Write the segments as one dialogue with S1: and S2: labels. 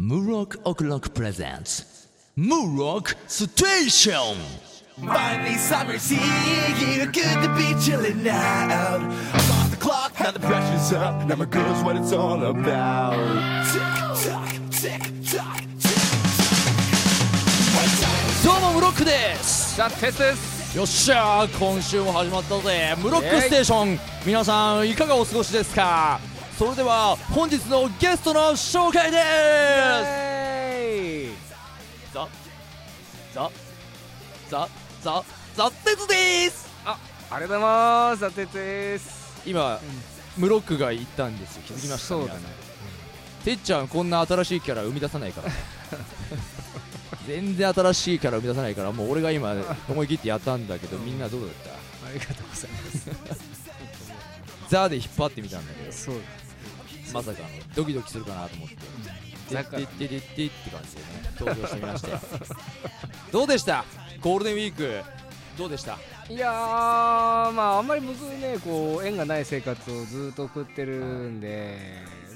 S1: Murok O'Clock presents Murok Station!
S2: Finally, summer's here. Good to be chilling out. I'm off the clock, now the pressure's up. Now my girl's what it's all about. Tick tock, tick tock, tick tock.
S1: どうもムロックです
S3: じゃあテストです
S1: よっしゃー今週も始まったぜムロックステーション皆さんいかがお過ごしですかそれでは本日のゲストの紹介ですザザザザザテツです
S3: あありがとうございますザテツです
S1: 今ムロックが言ったんですよ気づきました
S3: そうだね
S1: 皆さんてっちゃんこんな新しいキャラ生み出さないから全然新しいキャラ生み出さないからもう俺が今思い切ってやったんだけどみんなどうだった
S3: ありがとうございま
S1: ザで引っ張ってみたんだけど
S3: すそうだ
S1: まさかのドキドキするかなと思って
S3: だから
S1: でででででって感じでね登場してみましたどうでしたゴールデンウィークどうでした
S3: いやーまああんまり僕ねこう縁がない生活をずっと送ってるんで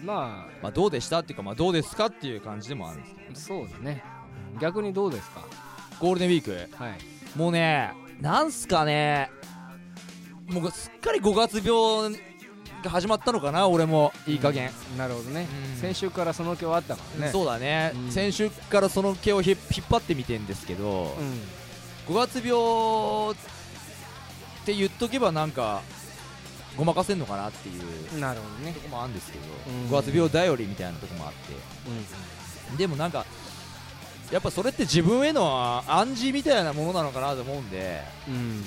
S3: ま
S1: まあどうでしたっていうかまあどうですかっていう感じでもあるんですけど
S3: あそうだね逆にどうですか
S1: ゴールデンウィーク
S3: はい
S1: もうねなんすかねもうすっかり5月病が始まったのかな俺もいい加減、
S3: なるほどね
S1: うん
S3: 先週からその気はあったからね
S1: そうだね、
S3: うん
S1: 先週からその毛をひ引っ張ってみてんですけど、
S3: うん
S1: 5月病って言っとけばなんかごまかせんのかなっていう
S3: なるほどね
S1: とこもあるんですけど、
S3: うん
S1: 5月病頼りみたいなとこもあってでもなんかやっぱそれって自分への暗示みたいなものなのかなと思うんで
S3: うんうん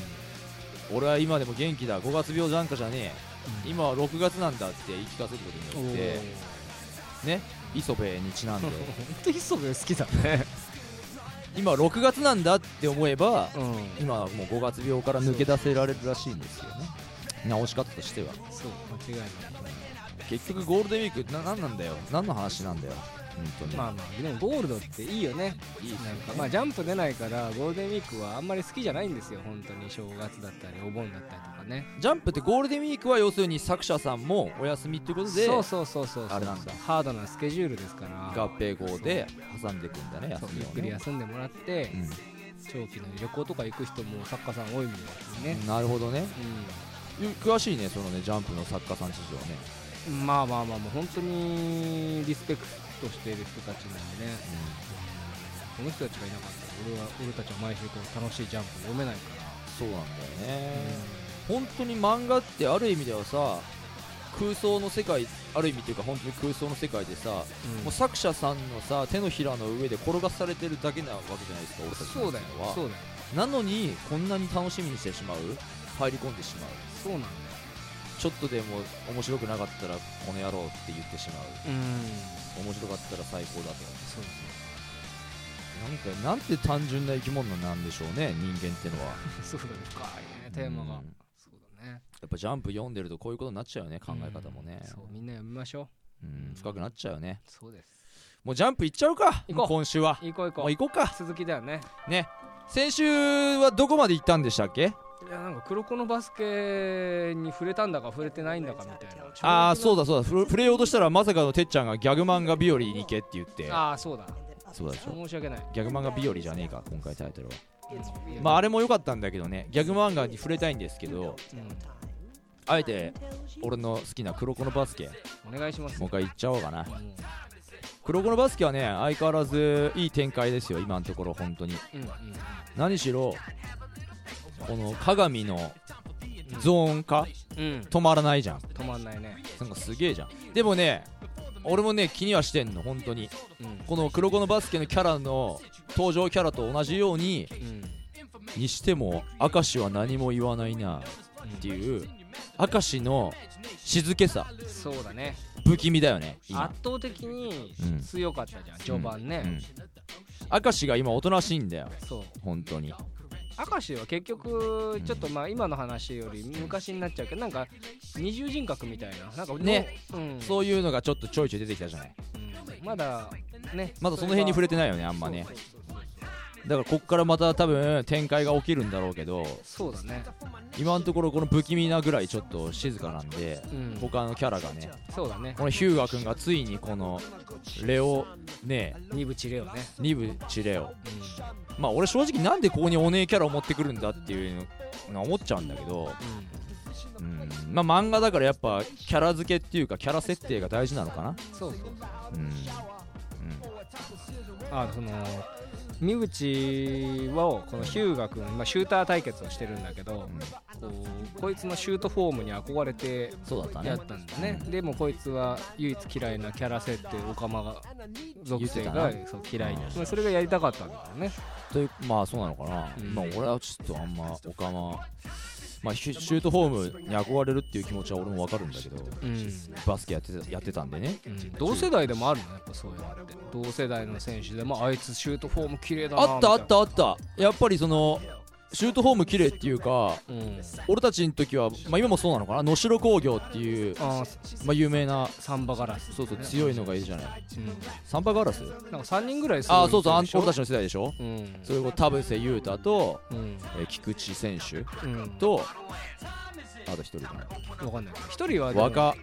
S1: 俺は今でも元気だ5月病なんかじゃねえ今は6月なんだって言い聞かせることによってね磯部にちなんで
S3: 本当に磯部好きだね
S1: 今6月なんだって思えば
S3: うん
S1: 今はもう5月病から抜け出せられるらしいんですよね直し方としては
S3: そう間違いない
S1: 結局ゴールデンウィークな何なんだよ何の話なんだよ本当に、
S3: まあまあでもゴールドっていいよね
S1: いいですね
S3: なんかまあジャンプ出ないからゴールデンウィークはあんまり好きじゃないんですよ本当に正月だったりお盆だったりとかね
S1: ジャンプってゴールデンウィークは要するに作者さんもお休みっていうことで
S3: そうそうそうそうそう
S1: あれなんだ
S3: ハードなスケジュールですから
S1: 合併号で挟んでいくんだね
S3: そう
S1: 休み
S3: ゆっく
S1: を
S3: り
S1: ね
S3: 休んでもらって、長期の旅行とか行く人も作家さん多いみたいですね
S1: うん、なるほどね
S3: う
S1: ゆ詳しいねそのねジャンプの作家さん事情ね、
S3: んまあまあまあもう本当にリスペクトしている人たちなんでねこの人たちがいなかったら俺は俺たちは毎週こう楽しいジャンプ読めないから
S1: そうなんだよね、本当に漫画ってある意味ではさ空想の世界ある意味っていうか本当に空想の世界でさ、
S3: うん
S1: もう作者さんのさ手のひらの上で転がされてるだけなわけじゃないですか俺たち
S3: そうだよ
S1: のは
S3: そうだ
S1: な
S3: よ
S1: のにこんなに楽しみにしてしまう入り込んでしまう
S3: そうなんだよ
S1: ちょっとでも面白くなかったらこの野郎って言ってしまう
S3: うん
S1: 面白かったら最高だと
S3: そう
S1: なんかなんて単純な生き物なんでしょうね人間ってのは
S3: そうそうだね深いねテーマが、
S1: うん
S3: そうだね
S1: やっぱジャンプ読んでるとこういうことになっちゃうよね考え方もね
S3: うんそうみんな読みましょう
S1: うん深くなっちゃうよね
S3: そうです
S1: もうジャンプいっちゃうか
S3: 行こう
S1: 今週は
S3: 行こう行
S1: も
S3: こ
S1: う
S3: う
S1: 行こうか
S3: 続きだよね
S1: ね先週はどこまで行ったんでしたっけ
S3: いやなんか黒子のバスケに触れたんだか触れてないんだかみたいな
S1: ああそうだそうだふ触れようとしたらまさかのてっちゃんがギャグ漫画日和に行けって言って
S3: ああそうだ
S1: そうだでしょ
S3: 申し訳ない
S1: ギャグ漫画日和じゃねえか今回タイトルはまああれも良かったんだけどねギャグ漫画に触れたいんですけど
S3: うん
S1: あえて俺の好きな黒子のバスケ
S3: お願いします
S1: もう一回行っちゃおうかな
S3: うん
S1: 黒子のバスケはね相変わらずいい展開ですよ今のところ本当に
S3: うんうん
S1: 何しろこの鏡のゾーン化
S3: うん
S1: 止まらないじゃん
S3: 止まんないね
S1: なんかすげえじゃんでもね俺もね気にはしてんの本当に
S3: うん
S1: この黒子のバスケのキャラの登場キャラと同じように
S3: うん
S1: にしても明石は何も言わないなっていう明石の静けさ
S3: そうだね
S1: 不気味だよね今
S3: 圧倒的に
S1: うん
S3: 強かったじゃん序盤ね
S1: うん明石が今おとなしいんだよ
S3: そう
S1: 本当に
S3: 明石は結局ちょっとまあ今の話より昔になっちゃうけどなんか二重人格みたいななんか
S1: ね、
S3: うん、
S1: そういうのがちょっとちょいちょい出てきたじゃない
S3: うんまだね
S1: まだその辺に触れてないよねあんまねだからこっからまた多分展開が起きるんだろうけど
S3: そうそうそうだね
S1: 今のところこの不気味なぐらいちょっと静かなんで、
S3: うん
S1: 他のキャラがね
S3: そうだね
S1: このヒューガ君がついにこのレオね
S3: 二部チレオね、
S1: え二部チレオ
S3: う
S1: まあ俺正直なんでここにお姉キャラを持ってくるんだっていうのは思っちゃうんだけど、う
S3: ん
S1: ん、まあ漫画だからやっぱキャラ付けっていうかキャラ設定が大事なのかな
S3: うん、そうそうそう
S1: うん、うん、
S3: あその三淵はこのヒューガ君、まあ、シューター対決をしてるんだけど、こうこいつのシュートフォームに憧れて
S1: そうだったね
S3: やったんだね、でもこいつは唯一嫌いなキャラ設定オカマが属性
S1: 言っ
S3: が
S1: てた
S3: そう嫌いな、
S1: うん
S3: まあ、それがやりたかったんだよね
S1: というまあそうなのかな、
S3: うん
S1: まあ俺はちょっとあんまおかままあシュシュートフォームに憧れるっていう気持ちは俺もわかるんだけど
S3: うん、
S1: バスケやってたやってたんでね
S3: 同世代でもあるのやっぱそういうのって同世代の選手でもあいつシュートフォーム綺麗だな
S1: あったあっ
S3: みい
S1: たあったやっぱりそのシュートフォーム綺麗っていうか
S3: なうん
S1: 俺たちの時は、まあ、今もそうなのかな能代工業っていう、
S3: あー
S1: まあ、有名な
S3: サンバガラス
S1: そうそう強いのがいるじゃない
S3: うん
S1: サンパガラス
S3: なんか3人ぐらいすごい
S1: ああそうそうあん
S3: 人
S1: 俺た
S3: でし
S1: ちの世代でしょ
S3: ょうん
S1: それこそ田臥勇太と、
S3: うん
S1: えー菊池選手
S3: うん
S1: とあと一人か
S3: わかんない一人は
S1: な
S3: でも
S1: 若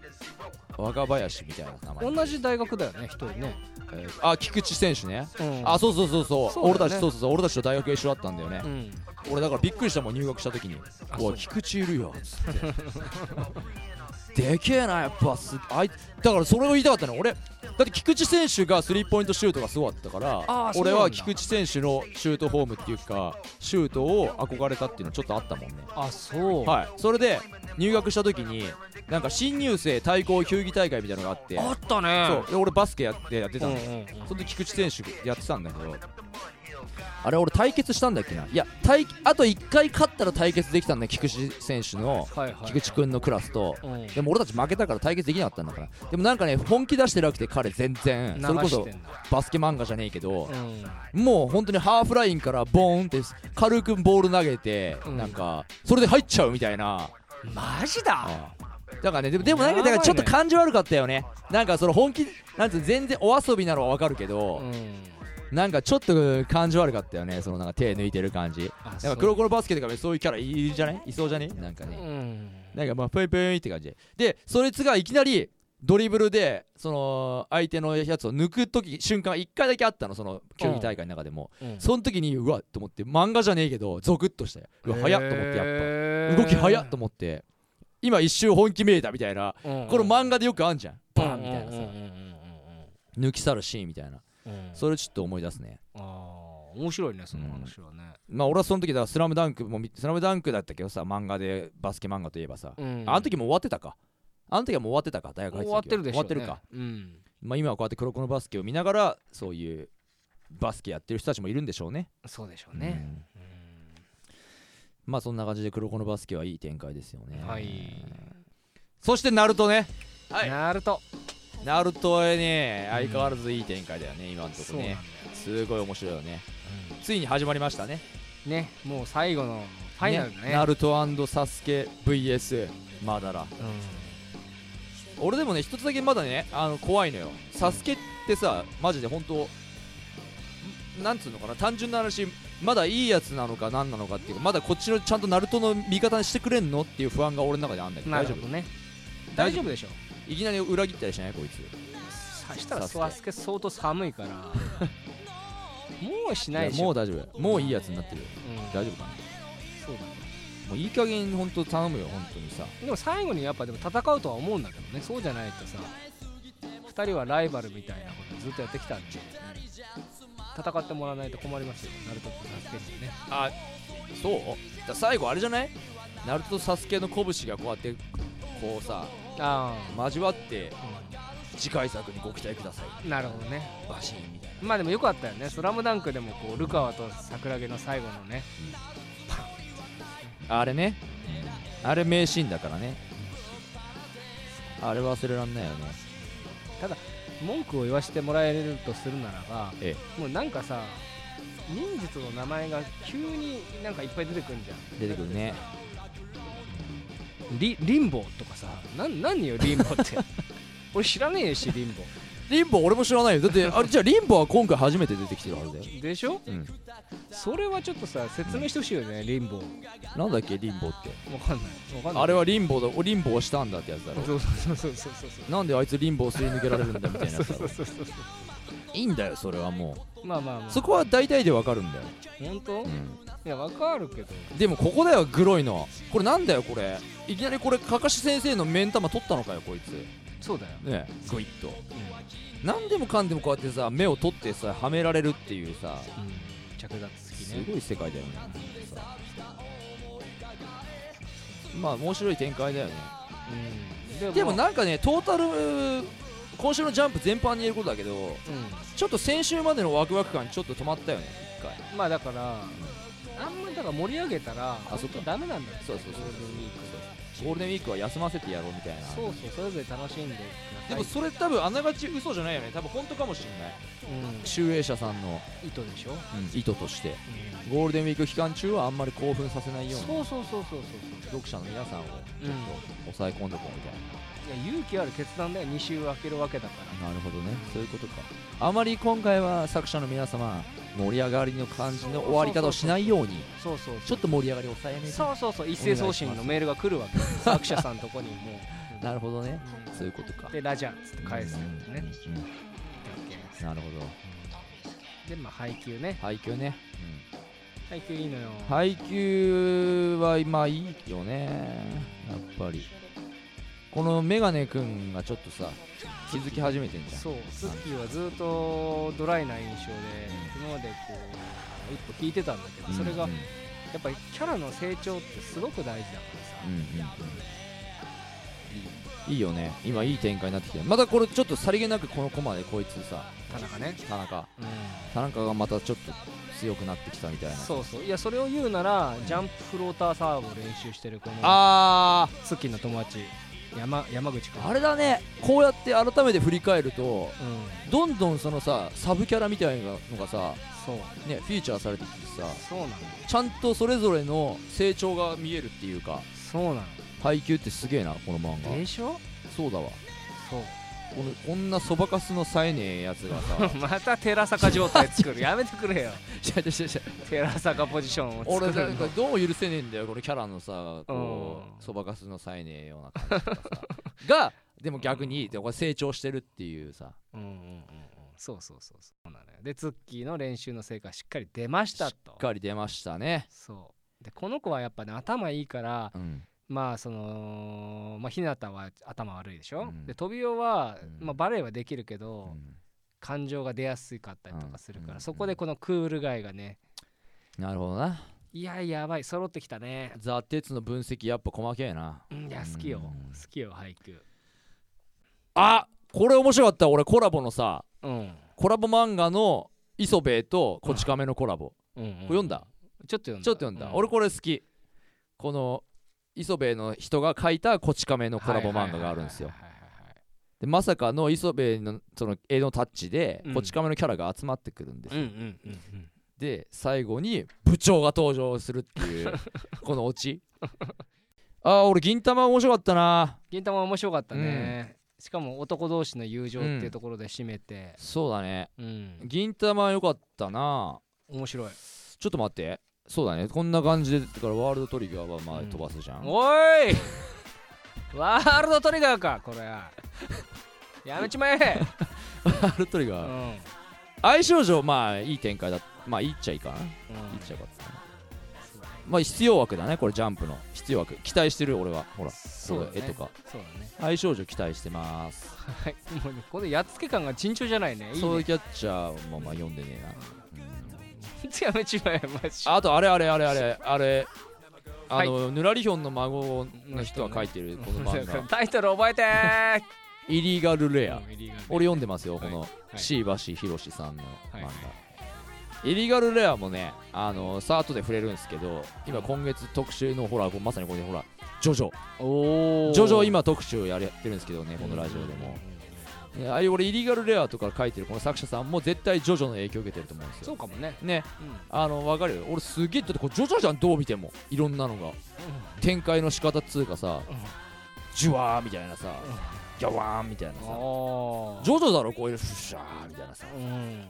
S1: 若林みたいな名前、
S3: 同じ大学だよね一人ね
S1: えーあ菊池選手ね
S3: うん
S1: あそうそうそうそう
S3: そうだよね
S1: 俺たちそうそうそう俺たちと大学が一緒だったんだよね
S3: う、ん
S1: 俺だからびっくりしたもん入学した時に「おい菊池いるよ」つって でけえなやっぱすあいだからそれを言いたかったの俺だって菊池選手がスリーポイントシュートがすごかったから
S3: あーそうな
S1: 俺
S3: んだ
S1: は菊池選手のシュートフォームっていうかシュートを憧れたっていうのちょっとあったもんね
S3: あそう
S1: はいそれで入学した時になんか新入生対抗球技大会みたいなのがあって
S3: あったね
S1: そうで俺バスケやってやってた
S3: う
S1: の、
S3: んうんうん
S1: その時菊池選手やってたんだけどあれ俺対決したんだっけないや対あと1回勝ったら対決できたんだよ菊池選手の
S3: はいはい
S1: 菊池君のクラスと
S3: うん
S1: でも俺たち負けたから対決できなかったんだからでもなんかね本気出してなくて彼全然
S3: 流
S1: それこ
S3: し
S1: そ
S3: てんだ
S1: バスケ漫画じゃねえけど
S3: うん
S1: もう本当にハーフラインからボーンって軽くボール投げて
S3: うん
S1: なんかそれで入っちゃうみたいな
S3: マジだ
S1: ああだからねでもでもなんか
S3: や
S1: だか
S3: ばいね
S1: らちょっと感じ悪かったよねなんかその本気なんつう全然お遊びなのはわかるけど
S3: う、ん
S1: なんかちょっと感じ悪かったよねそのなんか手抜いてる感じ
S3: あ
S1: なんか黒子のバスケとかそういうキャラいるじゃないいそうじゃねなんか
S3: う
S1: ね
S3: ん
S1: なんかまあぷいぷいって感じでそいつがいきなりドリブルでその相手のやつを抜く時瞬間1回だけあったのその球技大会の中でも、
S3: うん
S1: その時にうわっと思って漫画じゃねえけどゾクッとしたようわ早っと思ってやっぱ、
S3: や
S1: 動き早っと思って今一周本気見えたみたいな、
S3: うん
S1: この漫画でよくあんじゃんバーンみ
S3: み
S1: た
S3: た
S1: い
S3: い
S1: な
S3: な
S1: さ、
S3: さ
S1: 抜き去るシーンみたいなそれちょっと思い出すね
S3: ああ面白いねその話はね
S1: まあ俺はその時だからスラムダンクも見スラムダンクだったけどさ漫画でバスケ漫画といえばさ、
S3: うん
S1: あの時もう終わってたかあの時はもう終わってたか大学入
S3: 終
S1: ってた
S3: わって
S1: 時
S3: るでし
S1: 終
S3: ょ
S1: わ
S3: う
S1: ってる
S3: ね
S1: か、
S3: うん
S1: まあ今はこうやって黒子のバスケを見ながらそういうバスケやってる人たちもいるんでしょうね
S3: そうでしょうね
S1: うんまあそんな感じで黒子のバスケはいい展開ですよね
S3: はい
S1: そしてナルトねはい
S3: ナルト
S1: ナルトはね相変わらずいい展開だよね、今のとこ
S3: そう
S1: ろ
S3: なんだよ
S1: ねすごい面白いよねついに始まりましたね
S3: ねもう最後のファイナルだね
S1: ナルトサスケ VS マダラ俺でもね一つだけまだねあの怖いのよサスケってさマジで本当んなんつうのかな単純な話まだいいやつなのか何なのかっていうかまだこっちのちゃんとナルトの味方にしてくれんのっていう不安が俺の中であんだ
S3: う
S1: け
S3: ん
S1: ど
S3: な
S1: 大
S3: る
S1: 丈
S3: ほ
S1: 夫
S3: どね
S1: 大
S3: 大
S1: 丈
S3: 丈
S1: 夫
S3: 夫でしょ
S1: いきなり裏切ったりしないこいつ
S3: さしたら
S1: サスケ
S3: サスケ相当寒いから もうしないで
S1: い
S3: し
S1: や
S3: ょ
S1: も
S3: も
S1: う大丈夫もういいやつになってるよ大丈夫かな
S3: そうだ
S1: もういい加減本当頼むよ本当にさ
S3: でも最後にやっぱでも戦うとは思うんだけどねそうじゃないとさ2人はライバルみたいなことずっとやってきたんで、戦ってもらわないと困りますよナルトとサスケにね
S1: あそうだから最後あれじゃないナルトとサスケの拳がこうやってこうさ
S3: あ
S1: 交わって
S3: あ、
S1: 次回作にご期待ください
S3: うんなるほどね
S1: バシーンみたいな
S3: まあでもよかったよね「スラムダンクでもこうルカワと桜木の最後のね
S1: あれねあれ名シーンだからねあれ忘れらんないよね
S3: 文句を言わせてもらえるとするならば、
S1: え
S3: もうなんかさ忍術の名前が急になんかいっぱい出てくるんじゃん
S1: 出てくるね
S3: リリンボーとかさなん何よリンボーって俺知らねえしリンボー
S1: リンボ俺も知らないよだってあれじゃあリンボは今回初めて出てきてるはずだよ、
S3: でしょ
S1: うん、
S3: それはちょっとさ説明してほしいよねリンボー
S1: なんだっけリンボって
S3: わかんないわかんない
S1: あれはリンボだおリンボをしたんだってやつだろ
S3: そうそうそうそうそうそう
S1: なんであいつリンボをすり抜けられるんだみたいな やつだ
S3: そ
S1: ろ
S3: うそうそうそ
S1: いいんだよそれはも
S3: うまあまあま
S1: う
S3: あ
S1: そこは大体でわかるんだよ、
S3: 本当
S1: う
S3: いやわかるけど
S1: ん、でもここだよグロいのこれなんだよこれいきなりこれかかし先生の目ん玉取ったのかよこいつ
S3: そうだよ
S1: ねグイッと何でもかんでもこうやってさ目を取ってさはめられるっていうさ
S3: うん、うん、着脱好き
S1: す
S3: ね
S1: ごい世界だよねさまあ面白い展開だよね
S3: うん
S1: で
S3: で
S1: も
S3: も
S1: なんかねトータル今週のジャンプ全般に言えることだけど
S3: う
S1: ちょっと先週までのワクワク感ちょっと止まったよね一回
S3: んまあだからあんまりだから盛り上げたら
S1: あそっか
S3: ダメなんだよ
S1: そうそうそう
S3: ゴールデン
S1: ゴールデン
S3: ウィーク
S1: ウィークは休ませてやろうみたいな
S3: そうそうそれぞれ楽しんで
S1: でもそれ多分あながち嘘じゃないよね多分本当かもしんない
S3: うん
S1: 集英社さんの、
S3: 糸でしょ、
S1: 意図として
S3: う
S1: ゴールデンウィーク期間中はあんまり興奮させないように
S3: そうそうそうそうそうそう
S1: 読者の皆さんを
S3: うんい
S1: 抑え込んでこうみたい
S3: や勇気ある決断だよ2週開けるわけだか
S1: ななるほどねそういうことかあまり今回は作者の皆様盛り上がりの感じの終わり方をしないように
S3: らそうそう
S1: ちょっと盛り上がりを抑えめに
S3: そうそうそう一斉送信のメールが来るわけ作者さんとこにも う
S1: なるほどね
S3: うん
S1: そういうことか
S3: でラジャーっつって返すやつね
S1: うんうんうんなるほど
S3: でまあ配給ね
S1: 配給ね、
S3: 配給いいのよ
S1: 配給は今いいよねやっぱりこのメガネくんがちょっとさ気づき始めてんじゃん
S3: そうスッキーはずっとドライな印象で今までこう一歩引いてたんだけどそれが
S1: うんうん
S3: やっぱりキャラの成長ってすごく大事だからさ、
S1: うんうんうんいいよね今いい展開になってきてまたこれちょっとさりげなくこのコマでこいつさ
S3: 田中ね、
S1: 田中
S3: う、
S1: 田中がまたちょっと強くなってきたみたいなん
S3: そうそういやそれを言うならジャンプフローターサーブを練習してるこの
S1: あ
S3: スッキーの友達山山口君
S1: ーあれだねこうやって改めて振り返ると
S3: うん
S1: どんどんそのさサブキャラみたいなのがさ、
S3: そう
S1: ね、フィーチャーされてきてさ
S3: そうなの
S1: ちゃんとそれぞれの成長が見えるっていうか
S3: そうな
S1: 配給ってすげえなこの漫
S3: ので
S1: 画
S3: しょ
S1: そうだわ
S3: そう
S1: このこんなそばかすのさえねえやつがさ
S3: また寺坂状態作るやめてくれよ
S1: 違う違う違う違う
S3: 寺坂ポジションを作
S1: 俺
S3: るの
S1: なんかどう許せねえんだよこのキャラのさこ
S3: うん
S1: うそばかすのさえねえような感じとかさがでも逆にでこれ成長してるっていうさ
S3: うんうんうんうんそうそうそうそうなのよでツッキーの練習の成果はしっかり出ましたと
S1: しっかり出ましたね
S3: そうでこの子はやっぱね頭いいから
S1: うん
S3: まあそのまあひなたは頭悪いでし
S1: う
S3: ょ、
S1: ん
S3: でトビオは、
S1: うん
S3: まあ、バレエはできるけ
S1: う
S3: ど、
S1: ん
S3: 感情が出やすかったりとかするから、
S1: うん
S3: そこでこのクールガイがね
S1: なるほどない
S3: ややばい揃ってきたね
S1: ザ・テツの分析やっぱ細けえな
S3: うんいや好きよ、
S1: うん
S3: 好きよ俳句
S1: あこれ面白かった俺コラボのさ
S3: うん、
S1: コラボ漫画の磯部とこち亀のコラボ、
S3: うんうん
S1: これ読んだ
S3: ちょっと読んだ
S1: ちょっと読んだ、
S3: う
S1: 俺これ好きこの磯部の人が書いたこち亀のコラボ漫画があるんですよ
S3: はいはいはいはいはいはい
S1: でまさかの磯部のその絵のタッチで、
S3: うん
S1: こち亀のキャラが集まってくるんです
S3: うん
S1: よ、
S3: うんうんうん
S1: で最後に部長が登場するって いうこのオチあー俺銀玉面白かったな
S3: 銀玉面白かったね、しかも男同士の友情っていうところで締めて、
S1: そうだね
S3: うん
S1: 銀玉良かったな
S3: 面白い
S1: ちょっと待ってそうだねこんな感じでだからワールドトリガーはまあ飛ばすじゃん、
S3: おーいワールドトリガーかこれ はやめちまえ、
S1: ワールドトリ
S3: う
S1: ガー
S3: んうん、
S1: 相性上まあいい展開だまあいいっちゃいいかないいっちゃよかったなまあ必要枠だねこれジャンプの必要枠期待してる俺はほら
S3: そうだね
S1: 絵とか
S3: そうだね
S1: 相性上期待してます
S3: はいもうねこのやっつけ感が尋常じゃないねいい
S1: ソウル
S3: ね
S1: キャッチャーもまあ読んでねえな、
S3: やめちまえマジ
S1: あとあれあれあれあれあれあの、ぬらりひょんの孫の人が書いてるこの漫 画
S3: タイトル覚えてー
S1: イリーガル
S3: い
S1: レア、俺読んでますよ、
S3: は
S1: こ
S3: い
S1: の
S3: い
S1: 椎橋宏さんの漫画、
S3: はい
S1: イリガルレアもねあのさあとで触れるんですけど今今月特集のほらこうまさにこれほらジョジョ
S3: おお
S1: ジョジョ今特集やれやってるんですけどねこのラジオでも、ねああいう俺イリガルレアとか書いてるこの作者さんも絶対ジョジョの影響を受けてると思うんです
S3: そ
S1: よ
S3: うかもね、
S1: ね
S3: うんうん
S1: あの分かるよ俺すげえだってこれジョジョじゃんどう見てもいろんなのが展開の仕方っつうかさジュワーみたいなさギャワーンみたいなさ
S3: あ
S1: ジョジョだろこういうふしゃーみたいなさ
S3: あうん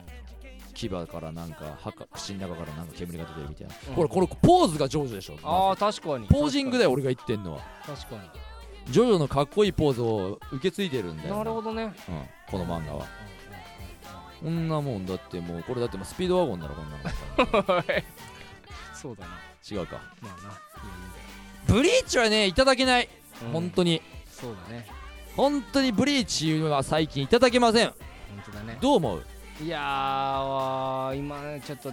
S1: 牙からなんか歯か口の中からなんか煙が出てるみたいな、
S3: うん
S1: これこれポーズがジョジョでしょ
S3: ああ確かに
S1: ポージングだ
S3: よ
S1: よ俺が言ってんのは
S3: 確か
S1: ジョジョのかっこいいポーズを受け継いでるんだ
S3: に
S1: よ
S3: なるほどね
S1: うん、この漫画はこんなもんだってもうこれだってもうスピードワゴンだろこんなの
S3: そうだな
S1: 違うか
S3: まあな
S1: ブリーチはねいただけない、
S3: うん
S1: 本当に
S3: そうだね
S1: 本当にブリーチは最近いただけません
S3: 本当だね
S1: どう思う
S3: いやー今ねちょっと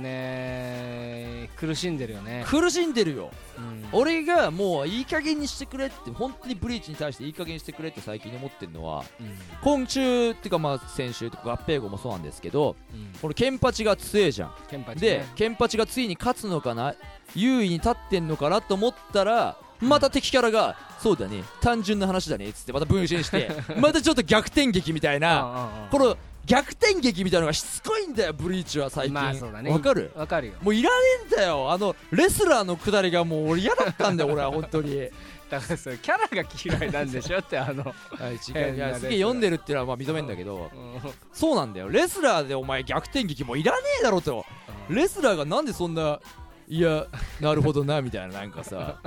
S3: ね苦しんでるよね
S1: 苦しんでるよ
S3: うん
S1: 俺がもういい加減にしてくれって本当にブリーチに対していい加減にしてくれって最近思ってるのは
S3: うん
S1: 今週っていうかまあ先週とか合併後もそうなんですけど
S3: うん
S1: このケンパチが強えじゃん
S3: ケンパチね
S1: でケンパチがついに勝つのかな優位に立ってんのかなと思ったらまた敵キャラが「そうだね単純な話だね」っつってまた分身して またちょっと逆転劇みたいな
S3: あ
S1: この逆転劇みたいなのがしつこいんだよブリーチは最近
S3: まあそうだね
S1: わかる
S3: わかるよ
S1: もういらねえんだよあのレスラーのくだりがもう俺嫌だったんだよ俺は本当 に
S3: だからそれキャラが嫌いなんでしょってあの
S1: はい違う
S3: 変
S1: い
S3: なレスラ
S1: や
S3: ー
S1: すげえ読んでるっていうのはまあ認めんだけど
S3: うん
S1: そうなんだよレスラーでお前逆転劇もういらねえだろとレスラーがなんでそんないやなるほどなみたいななんか さ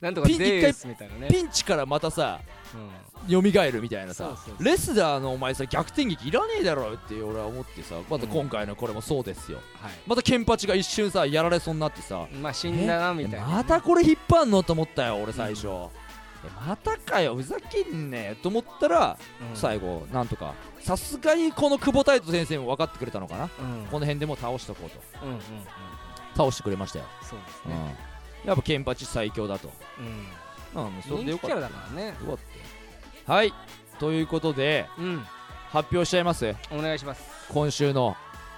S3: なんとかゼウスみたいなね
S1: ピンチからまたさ
S3: うん
S1: 蘇るみたいなさ
S3: そうそうそう
S1: レスラーのお前さ逆転劇いらねえだろって俺は思ってさまた今回のこれもそうですよ、
S3: はい
S1: またケンパチが一瞬さやられそうになってさ
S3: まあ死んだなみたいな
S1: えまたこれ引っ張んのと思ったよ俺最初、えまたかよふざけんねえと思ったら、
S3: うん
S1: 最後なんとかさすがにこの久保太斗先生も分かってくれたのかな、
S3: うんうん
S1: この辺でもう倒しとこうと
S3: うんうん
S1: 倒してくれましたよ、
S3: そうですね
S1: うん、やっぱケンパチ最強だと、
S3: うん
S1: うん、それで
S3: 人
S1: よ
S3: 気
S1: か
S3: キ
S1: っ
S3: ャ
S1: た
S3: ラだからね
S1: よかったはいということで
S3: うん
S1: 発表しちゃいます
S3: お願いします
S1: 今週の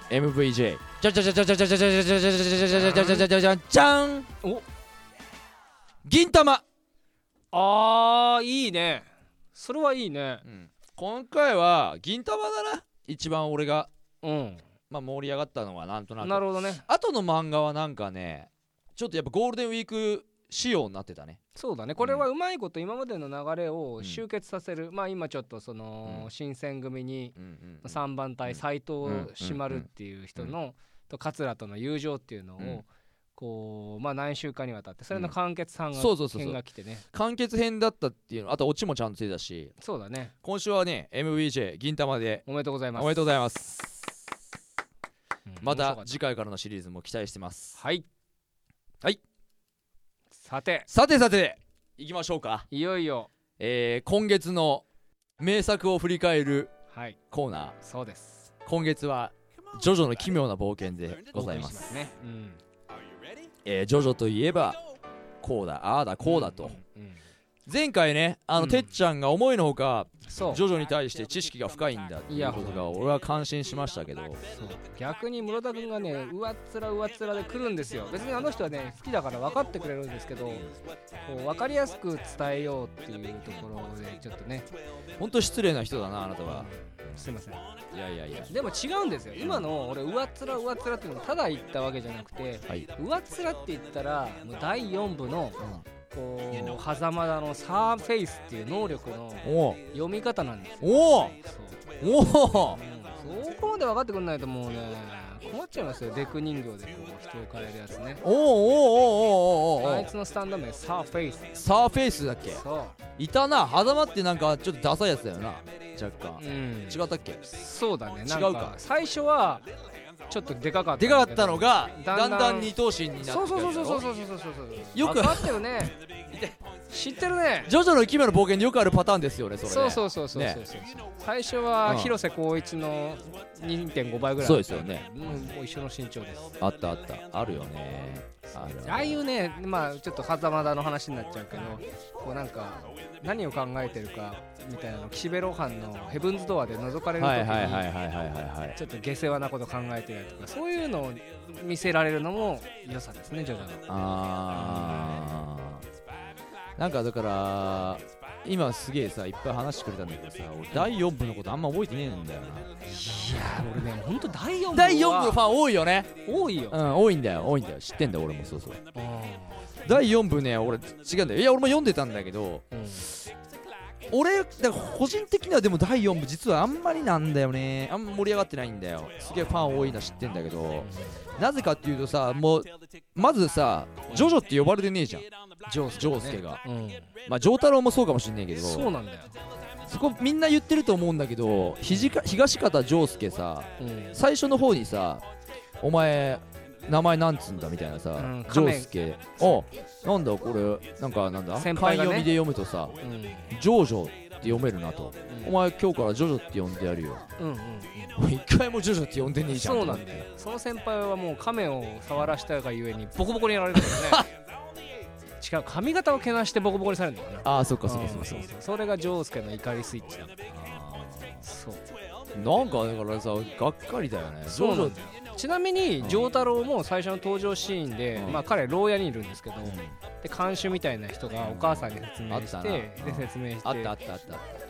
S1: MVJ じゃじゃじゃじゃじゃじゃじゃじゃじゃじゃじゃじゃじゃじゃじゃじゃじゃじゃじゃん
S3: お
S1: 銀玉、
S3: あーいいねそれはいいね
S1: 今回は銀玉だな一番俺が、
S3: うん
S1: まあ、盛り上がったのはなんとなく
S3: なるほどね
S1: 後の漫画はなんかねちょっとやっぱゴールデンウィーク仕様になってたね
S3: そうだねこれはうまいこと今までの流れ
S1: う
S3: を
S1: ん
S3: 集結させる、まあ今ちょっとその
S1: うん
S3: 新選組に
S1: うんうんうん
S3: 3番
S1: うん
S3: 隊斎
S1: うん
S3: 藤志丸っていう人のと桂との友情っていうの
S1: うん
S3: をこうまあ何週間にわたってそれの完結さんが
S1: そうそうそうそう
S3: 件が来てね
S1: 完結編だったっていうのあとオチもちゃんとついてたし
S3: そうだね
S1: 今週はね MVJ 銀玉で
S3: おめでとうござい
S1: お
S3: ま
S1: め
S3: す
S1: でとうございます
S3: うん
S1: ま
S3: 面白
S1: た
S3: かっ
S1: 次回からのシリーズも期待してます
S3: はい
S1: はい
S3: さて
S1: さてさて行きましょうか
S3: いよいよ
S1: えー今月の名作を振り返る
S3: はい
S1: コーナー
S3: そうです
S1: 今月はジョジョの奇妙な冒険でございま
S3: お送りし
S1: す
S3: ますねうん
S1: えージョジョといえばこうだああだこうだと
S3: うんうん
S1: 前回ねあの、
S3: うん
S1: てっちゃんが思いのほか
S3: そう
S1: ジョジョに対して知識が深いんだっていうことが俺は感心しましたけど
S3: 逆に室田君がね上っ面上っ面で来るんですよ別にあの人はね好きだから分かってくれるんですけどこう分かりやすく伝えようっていうところでちょっとね
S1: 本当失礼な人だなあなたは
S3: すいません
S1: いやいやいや
S3: でも違うんですよ今の俺上っ面上っ面っていうのはただ言ったわけじゃなくて
S1: はい
S3: 上っ面って言ったらもう第4部のこう狭間だのサーフェイスっていう能力の
S1: おう
S3: 読み方なんですよ
S1: おう
S3: そう
S1: おお
S3: うんそこまで分かってくんないともうね困っちゃいますよデク人形でこう人を変えるやつね
S1: おうおうおうおうおうお
S3: あ
S1: う
S3: いつのスタンド名サーフェイス
S1: サーフェイスだっけ
S3: そ
S1: いたな狭間ってなんかちょっとダサいやつだよな若干
S3: う、うん、
S1: 違ったっけ
S3: そうだねなん
S1: 違うか
S3: 最初はちょっとでかかった
S1: で
S3: んだ
S1: か
S3: けど
S1: かったのが
S3: だん
S1: だ
S3: だ
S1: ん
S3: ん
S1: だん二等身になってきた
S3: そうそうそうそうそう
S1: う
S3: そうそうそうそう
S1: よく
S3: 分かってるね知ってるね
S1: ジョジョの奇妙な冒険によくあるパターンですよねそれね
S3: そう
S1: う
S3: そうそうそうそう、
S1: ね
S3: 最初は
S1: うん
S3: 広瀬光一の2.5倍ぐらい
S1: そうですよね
S3: うんもう一緒の身長です
S1: あったあったあるよねある
S3: ああいうねまあちょっと狭間だの話になっちゃうけどこうなんか何を考えてるかみたいなの岸辺露伴の「ヘブンズ・ドア」で覗かれる時
S1: はい
S3: に、
S1: はいはいはいはいはいはい
S3: ちょっと下世話なこと考えてるとかそういうのを見せられるのも良さですねジョジョの
S1: あーなんかだから今すげえさいっぱい話してくれたんだけどさ俺第4部のことあんま覚えてねえんだよない
S3: やー俺ね本当第4部
S1: 第4部のフ
S3: ァ
S1: ァン多いよね
S3: ン多いよ、
S1: うん多いんだよ多いんだよ知ってんだよ俺もそうそう
S3: うん
S1: 第4部ね俺違うんだよいや俺も読んでたんだけど
S3: うん
S1: 俺だから個人的にはでも第4部実はあんまりなんだよねあんま盛り上がってないんだよすげえファン多いの知ってんだけどなぜかっていうとさもうまずさジョジョって呼ばれてねえじゃんジョジョースケが、
S3: うん、
S1: まあ丈太郎もそうかもしんねえけど
S3: そうなんだよ、
S1: そこみんな言ってると思うんだけど肘か東方丈介さ
S3: うん
S1: 最初の方にさ「お前名前なんつうんだ」みたいなさ
S3: うん
S1: 「丈介」「おなんだこれなんかなんだ
S3: 先
S1: 漢
S3: 輩がね
S1: 読みで読むとさ
S3: う
S1: 「
S3: ん
S1: ジョジョ」って読めるなと「お前今日からジョジョって呼んでやる よ」
S3: うんうん
S1: 俺一回もジョジョって呼んでね
S3: う
S1: え
S3: ん、
S1: じゃん
S3: そうなんだよその先輩はもう亀を触らしたがゆえにボコボコにやられるか らね違う髪型をけなしてボコボコにされるのかな
S1: ああそっかそっかそっか
S3: ん
S1: そっか
S3: それがジョースケの怒りスイッチだったそう
S1: なんかだからさがっかりだよねジ
S3: そ
S1: ョジョ
S3: うなんだよちなみに丈太郎も最初の登場シーンで、
S1: うん
S3: まあ、彼牢屋にいるんですけど、
S1: うん
S3: で看守みたいな人がお母さんに説明
S1: あ
S3: し
S1: ってたな
S3: で
S1: うん
S3: 説明して
S1: あったあったあっ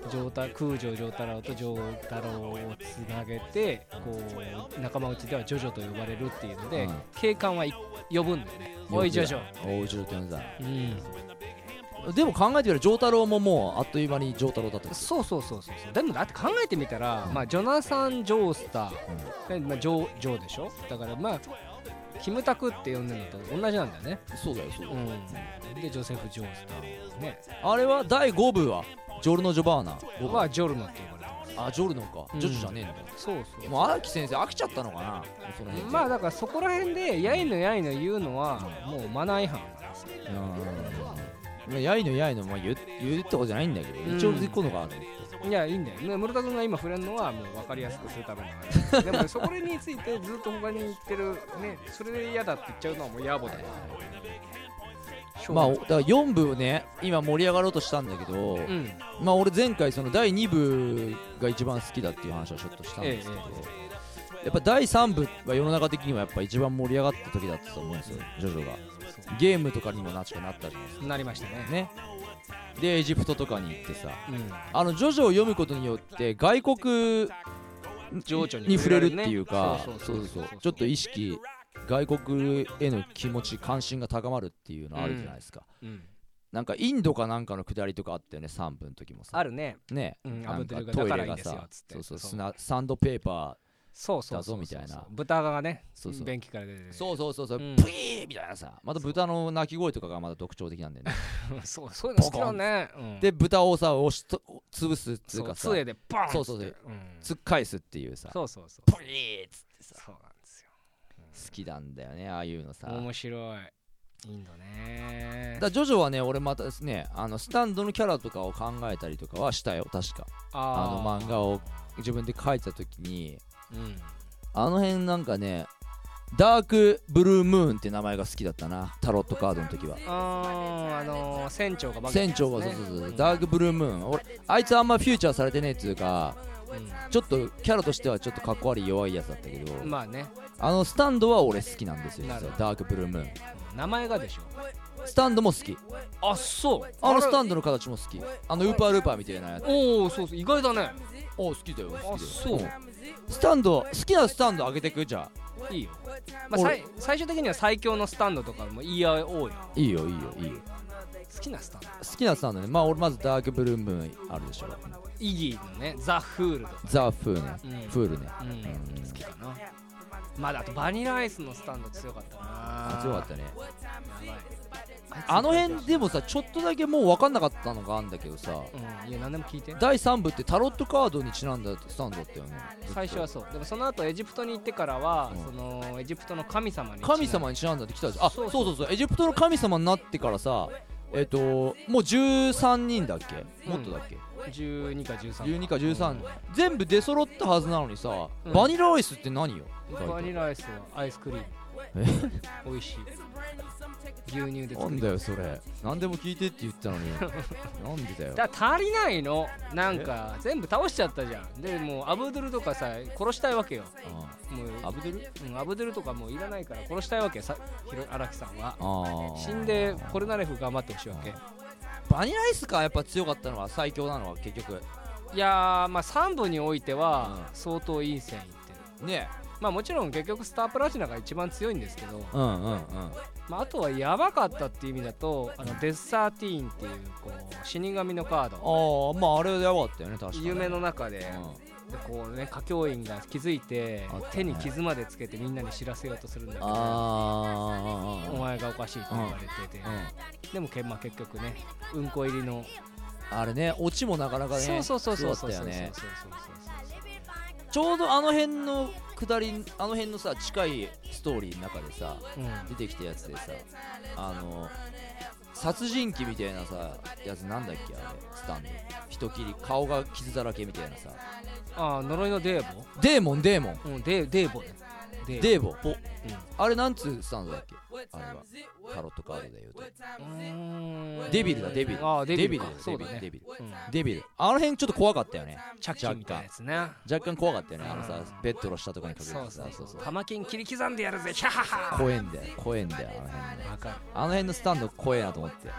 S1: た
S3: 丈太空城丈太郎と丈太郎をつなげてこう仲間内ではジョジョと呼ばれるっていうので、
S1: うん
S3: 警官はい呼ぶんだよねおいジョジョ、
S1: おいジョジョって呼んだ
S3: うん、
S1: でも考えてみれば丈太郎ももうあっという間に丈太郎だったです
S3: そうそうそうそうそうでもだって考えてみたら、
S1: うん
S3: まあ、ジョナサン・ジョースター、でまあ、ジョージョーでしょだからまあキムタクって呼んでるのと同じなんだよね、
S1: そうだよそうだよ
S3: うん、でジョセフ・ジョースターね
S1: あれは第5部はジョルノ・ジョバーナ
S3: 僕はジョルノって呼ばれてます
S1: あジョルノか
S3: うん
S1: ジョジョじゃねえんだ、
S3: そうそう
S1: もう荒木先生飽きちゃったのかなもうその辺で
S3: まあだからそこら辺でやいのやいの言うのはもうマナー違反
S1: うんやいのやいの、まあ、言う言うってことじゃないんだけど、一応
S3: うん
S1: 一個のがある
S3: いやいいんだよね村田君が今触れるのはもう分かりやすくするための話でもそこについてずっと他に言ってるねそれで嫌だって言っちゃうのはもう野暮だよ
S1: まあだから4部をね今盛り上がろうとしたんだけど、
S3: うん
S1: まあ俺前回その第2部が一番好きだっていう話をちょっとしたんですけど、
S3: え
S1: やっぱ第3部は世の中的にはやっぱ一番盛り上がった時だったと思うんですよジョジョがゲームとかにもなっちゃなったじゃないです
S3: なりました
S1: か
S3: ね
S1: ねでエジプトとかに行ってさ
S3: うん
S1: あのジョジョを読むことによって外国
S3: 情緒に
S1: に触れるっていうか
S3: 触れる
S1: そ
S3: ねそうう
S1: そ
S3: そうう
S1: そ
S3: そうう
S1: ちょっと意識外国への気持ち関心が高まるっていうのあるじゃないですか、
S3: うん
S1: なんかインドかなんかの下りとかあったよね3分の時もさ
S3: あるね
S1: ね、
S3: うん
S1: なんか
S3: アブドゥルが
S1: トイ
S3: だか
S1: レ
S3: らい
S1: が
S3: いんですよ
S1: さ
S3: つって
S1: そうそう
S3: そう
S1: 砂サンドペーパ
S3: そうそう
S1: だぞ
S3: そう
S1: みたいな
S3: 豚がね
S1: そうそう
S3: 便器から出て
S1: ー
S3: る
S1: そうそうそうそう、
S3: うん
S1: プイーみたいなさまた豚の鳴き声とかがまだ特徴的なんだよね
S3: そうそういうの好きだねうん
S1: で豚をさ押しと潰すってい
S3: そう
S1: か
S3: う
S1: さ
S3: 杖でバーンっつって
S1: そうそうそう
S3: うん
S1: 突っ返すっていうさ
S3: そうそうそう
S1: プイーっつってさ
S3: そうなんですよ
S1: 好きなんだよねああいうのさ
S3: 面白いインドね
S1: だからジョジョはね俺またですねあのスタンドのキャラとかを考えたりとかはしたよ確かあ
S3: あ
S1: の漫画を自分で描いた時に
S3: 画うん
S1: あの辺なんかねダークブルームーンって名前が好きだったなタロットカードの時は
S3: あーあのー船長が化けた
S1: 船
S3: やつね
S1: 長がそうそうそうダークブルームーン俺あいつあんまフューチャーされてねえっつうかちょっとキャラとしてはちょっとかっこ悪い弱いやつだったけど
S3: うんまあね
S1: あのスタンドは俺好きなんですよ実
S3: なる
S1: は
S3: ほ
S1: ダークブルームーン
S3: 名前がでしょ
S1: スタンドも好き
S3: あそう
S1: あのスタンドの形も好きあのウーパールーパーみたいなやつ
S3: おおそうそう意外だね
S1: お好きだよ好きだよ
S3: あそうん
S1: スタンド好きなスタンド上げてくじゃ
S3: いいよ、まあ、さい最終的には最強のスタンドとかも言い合おうよ
S1: あいいよいいよいいよ
S3: 好きなスタンド
S1: 好きなスタンドねまあ俺まずダークブルームーンあるでしょ
S3: イギーのねザ・フールとか
S1: ザ・フーね
S3: うん
S1: フールね
S3: うん好きかなまだあとバニラアイスのスタンド強かったな
S1: あ強かったね
S3: やばい
S1: あの辺でもさちょっとだけもう分かんなかったのがあるんだけどさ
S3: うんいや何でも聞いて
S1: 第3部ってタロットカードにちなんだスタンドだったよね
S3: 最初はそうでもその後エジプトに行ってからは、
S1: うん
S3: そのエジプトの神様に
S1: 神様にちなんだって来たじゃんあそ
S3: そう
S1: そ
S3: うそう
S1: うそうエジプトの神様になってからさえっともう13人だっけもっとだっけ、
S3: 12か13
S1: 12か13、全部出揃ったはずなのにさ、
S3: うん
S1: バニラアイスって何よ
S3: うんバニラアイスはアイスクリーム
S1: え
S3: 美味しい牛乳で
S1: な
S3: 作
S1: ん
S3: る
S1: だよそれ何でも聞いてって言ったの になんでだよ
S3: だから足りないのなんか全部倒しちゃったじゃんでもうアブドゥルとかさ殺したいわけよ
S1: あ
S3: もう
S1: アブドゥル
S3: うんアブドゥルとかもういらないから殺したいわけさひろ荒木さんは
S1: あ
S3: 死んでコルナレフ頑張ってほしいわけ
S1: バニラアイスかやっぱ強かったのは最強なのは結局
S3: いやーまあ3部において
S1: う
S3: は
S1: ん
S3: 相当いい線いってる
S1: ね
S3: まあもちろん結局スタープラチナが一番強いんですけど、
S1: うんうんうん
S3: まあ、あとはやばかったっていう意味だとあのデッサーティーンっていうこう死神のカード
S1: ああまああれやばかったよね確かに
S3: 夢の中で
S1: う
S3: でこうね歌教員が気づいて
S1: あったね
S3: 手に傷までつけてみんなに知らせようとするんだけ
S1: ん
S3: ど
S1: あー
S3: お前がおかしいと言われてて
S1: う
S3: でもけまあ結局ねうんこ入りの
S1: んあれねオチもなかなかね
S3: そうそうそうそうそうそう
S1: 強か
S3: そう
S1: ったよね
S3: そうそう
S1: ちょうどあの辺の下りあの辺のさ近いストーリーの中でさ
S3: そううん
S1: 出てきたやつでさあの殺人鬼みたいなさやつなんだっけあれスタンド人斬り顔が傷だらけみたいなさ
S3: ああ呪いのデーボ
S1: デーモンデーモン
S3: うんデーデーボねデ
S1: デーボボ
S3: うん
S1: あれなんつうスタンドだっけあれはタロットカードで言うとデビルだデビル
S3: ああデビルか
S1: デビル
S3: そうだね
S1: デビルデビル
S3: うん
S1: デビルあの辺ちょっと怖かったよね
S3: チャッキーみたいなやつね
S1: 若干怖かったよねあの
S3: う
S1: さ
S3: ん
S1: ベッドの下とかに隠れて
S3: そう
S1: さそ
S3: そ
S1: うう
S3: そ
S1: そうう
S3: 玉金切り刻んでやる ぜヒャハハ
S1: 怖えんだよ怖えんだよあの辺ね
S3: わかる
S1: あの辺のスタンド怖えなと思って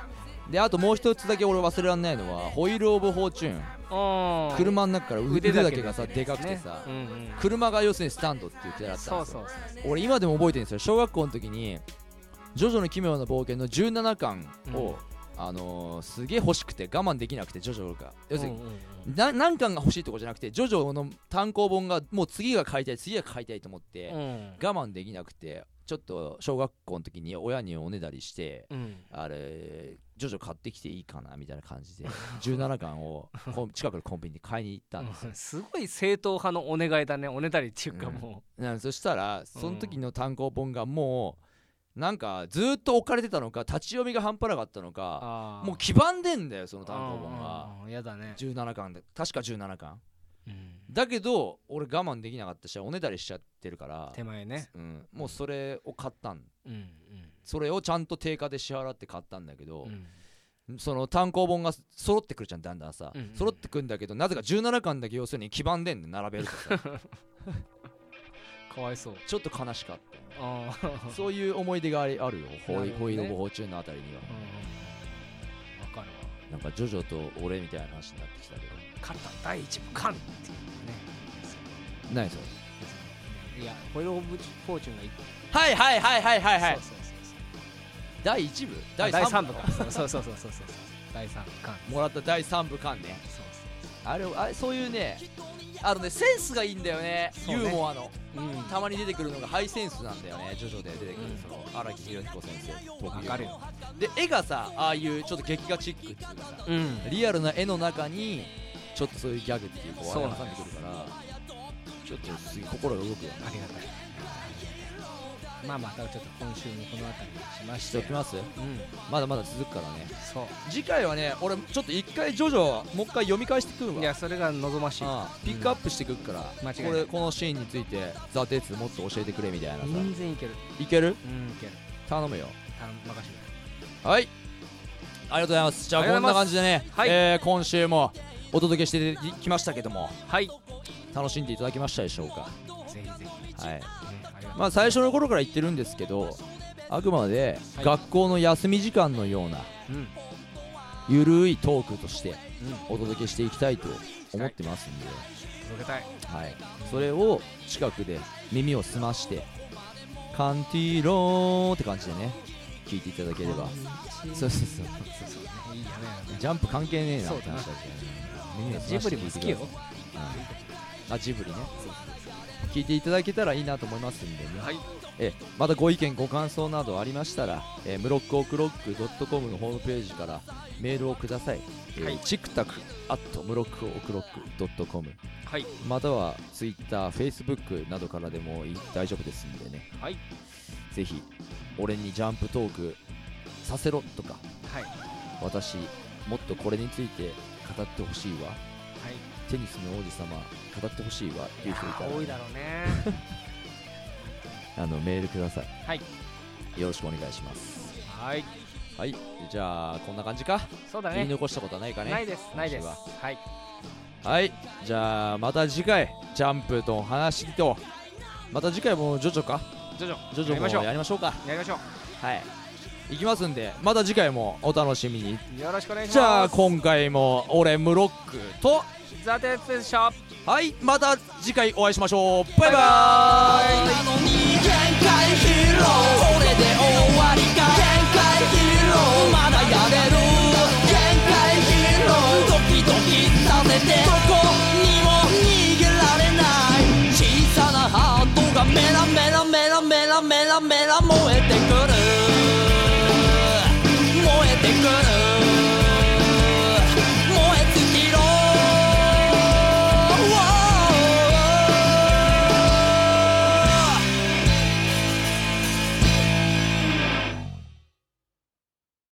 S1: であともう一つだけ俺忘れられないのはホイール・オブ・フォーチューン
S3: うん
S1: 車の中から腕だけがさで
S3: 出て
S1: か
S3: る
S1: くてさ
S3: うんうん
S1: 車が要するにスタンドっていうキャラだったん
S3: そう
S1: です
S3: そう
S1: よ
S3: そう
S1: 俺今でも覚えてるんですよ小学校の時に「ジョジョの奇妙な冒険」の17巻
S3: う
S1: を
S3: ん
S1: あのーすげえ欲しくて我慢できなくてジョジョが要するに
S3: うんうんうん
S1: な何巻が欲しいとかじゃなくてジョジョの単行本がもう次が買いたい次が買いたいと思って、
S3: うん
S1: 我慢できなくてちょっと小学校の時に親におねだりして
S3: うん
S1: あれジョジョ買ってきていいかなみたいな感じで 17巻をコン近くのコンビニに買いに行ったんです
S3: うんすごい正統派のお願いだねおねだりっていうかも
S1: なんそしたらその時の単行本がもうなんかずっと置かれてたのか立ち読みが半端なかったの
S3: う
S1: か
S3: あー
S1: もう黄ばんでんだよその単行本
S3: う
S1: が
S3: んうんうんやだね
S1: 17巻で確か17巻
S3: うん
S1: だけど俺我慢できなかったしおねだりしちゃってるから
S3: 手、前ね
S1: うん、もうそれを買ったん
S3: うん
S1: それをちゃんと定価で支払って買ったんだけど、
S3: うんうん
S1: その単行本が揃ってくるじゃんだんだんさ、
S3: うんうん
S1: 揃ってくんだけどなぜか17巻だけ要するに基盤でんで並べる とさ
S3: かわいそう
S1: ちょっと悲しかったよね
S3: ああ
S1: そういう思い出がありあるよ「
S3: な
S1: ホ
S3: る
S1: イ
S3: ほど
S1: ホ
S3: ね
S1: イロボホチューン」のあたりには
S3: うんうんわかるわ
S1: なんかジョジョと俺みたいな話になってきたけど
S3: 勝った第一部勝っていうね
S1: 何それ
S3: いやホイール・オブ・フォーチュンが一個
S1: はいはいはいはいはいはい
S3: そうそうそうそう
S1: 第1部
S3: 第
S1: 第
S3: 3
S1: 3
S3: 部
S1: 部
S3: かそうそうそうそうそうそう第3部か
S1: もらった第3部間ね
S3: そうそ
S1: あれあれそういうねあのねセンスがいいんだよね
S3: そう
S1: ユ
S3: ね
S1: ーモアの
S3: ううん
S1: たまに出てくるのがハイセンスなんだよねジョジョで出てくるその荒木宏彦先生
S3: わ
S1: 特有
S3: かるよ
S1: ので絵がさああいうちょっと劇画チックっていうかさ
S3: うん
S1: リアルな絵の中にちょっとそういうギャグっていうか
S3: そう
S1: 笑
S3: なん
S1: い
S3: です
S1: 挟んでくるからちょっとすごい心が動くよね
S3: ありがたいまあまたちょっと今週もこの辺りにしまし
S1: して
S3: て
S1: おきます
S3: うん
S1: まだまだ続くからね
S3: そ
S1: 次回はね俺ちょっと一回ジョジョもう一回読み返してくる
S3: う
S1: わ
S3: いやそれが望ましい
S1: ああピックアップしてくるから、
S3: 間違いな
S1: こ
S3: い
S1: れこのシーンについて「ザ・テツ」もっと教えてくれみたいなさ、
S3: 全然いける
S1: いける
S3: うんいける
S1: 頼むよ
S3: たん任せて
S1: はいありがとうございますじゃあ
S3: あり
S1: こ
S3: が
S1: と
S3: う
S1: な
S3: んござ
S1: い
S3: ま
S1: 感
S3: す
S1: じでね、
S3: はい
S1: えー今週もお届けしてきましたけども
S3: はい
S1: 楽しんでいただけましたでしょうか
S3: ぜひぜひ
S1: はい
S3: うんありがとう
S1: まあ最初の頃から言ってるんですけどあくまで
S3: はい
S1: 学校の休み時間のような
S3: うんうん
S1: ゆるいトークとして
S3: 届
S1: お届けしていきたいと思ってますんで、
S3: けたい
S1: はい、それを近くで耳を澄ましてカンティローって感じでね聞いていただければそうそうそう
S3: そうねいいよね
S1: ジャンプ関係ねえな
S3: そう
S1: って
S3: だな
S1: 話だけどね耳を
S3: ジ
S1: 澄まし
S3: ブ
S1: て
S3: リ
S1: 聞
S3: も
S1: いて
S3: 好
S1: く
S3: き
S1: だ
S3: よ
S1: さいうんあジブリね聞いていただけたらいいなと思いますんでね、
S3: はい
S1: えまたご意見ご感想などありましたら、えー、ムロックオクロックドットコムのホームページからメールをください、えー
S3: はい
S1: チクタクアットムロックオクロックドットコム
S3: はい
S1: またはツイッター、フェイスブックなどからでもいい大丈夫ですんでね
S3: はい
S1: ぜひ俺にジャンプトークさせろとか
S3: はい
S1: 私もっとこれについて語ってほしいわ
S3: はい
S1: テニスの王子様語ってほしいわってい
S3: い
S1: う
S3: や
S1: 人いたら
S3: ー多いだろうね
S1: あのメールください
S3: はい
S1: よろしくお願いします
S3: はい
S1: はいじゃあこんな感じか
S3: そうだ
S1: 言い
S3: ね
S1: 残したことはないかね
S3: ないですないです
S1: 今
S3: はい
S1: はいじゃあまた次回ジャンプと話とまた次回もジョジョか
S3: ジョジョ
S1: ジョジ
S3: やりまし
S1: ョ
S3: ょ
S1: も
S3: う
S1: やりましょうか
S3: やりましょ
S1: はい行きますんでまた次回もお楽しみに
S3: うよろしくお願いします
S1: じゃあ今回も俺ムロックと
S3: ザ・テツでした
S1: 「はいまた次回お会いしましょうバイバーイ
S2: なのに限界ヒーローこれで終わりか限界ヒーローまだやれる限界ヒーロードキドキさせてどこにも逃げられない小さなハートがメラメラメラメラメラメラ燃えてくる燃えてくる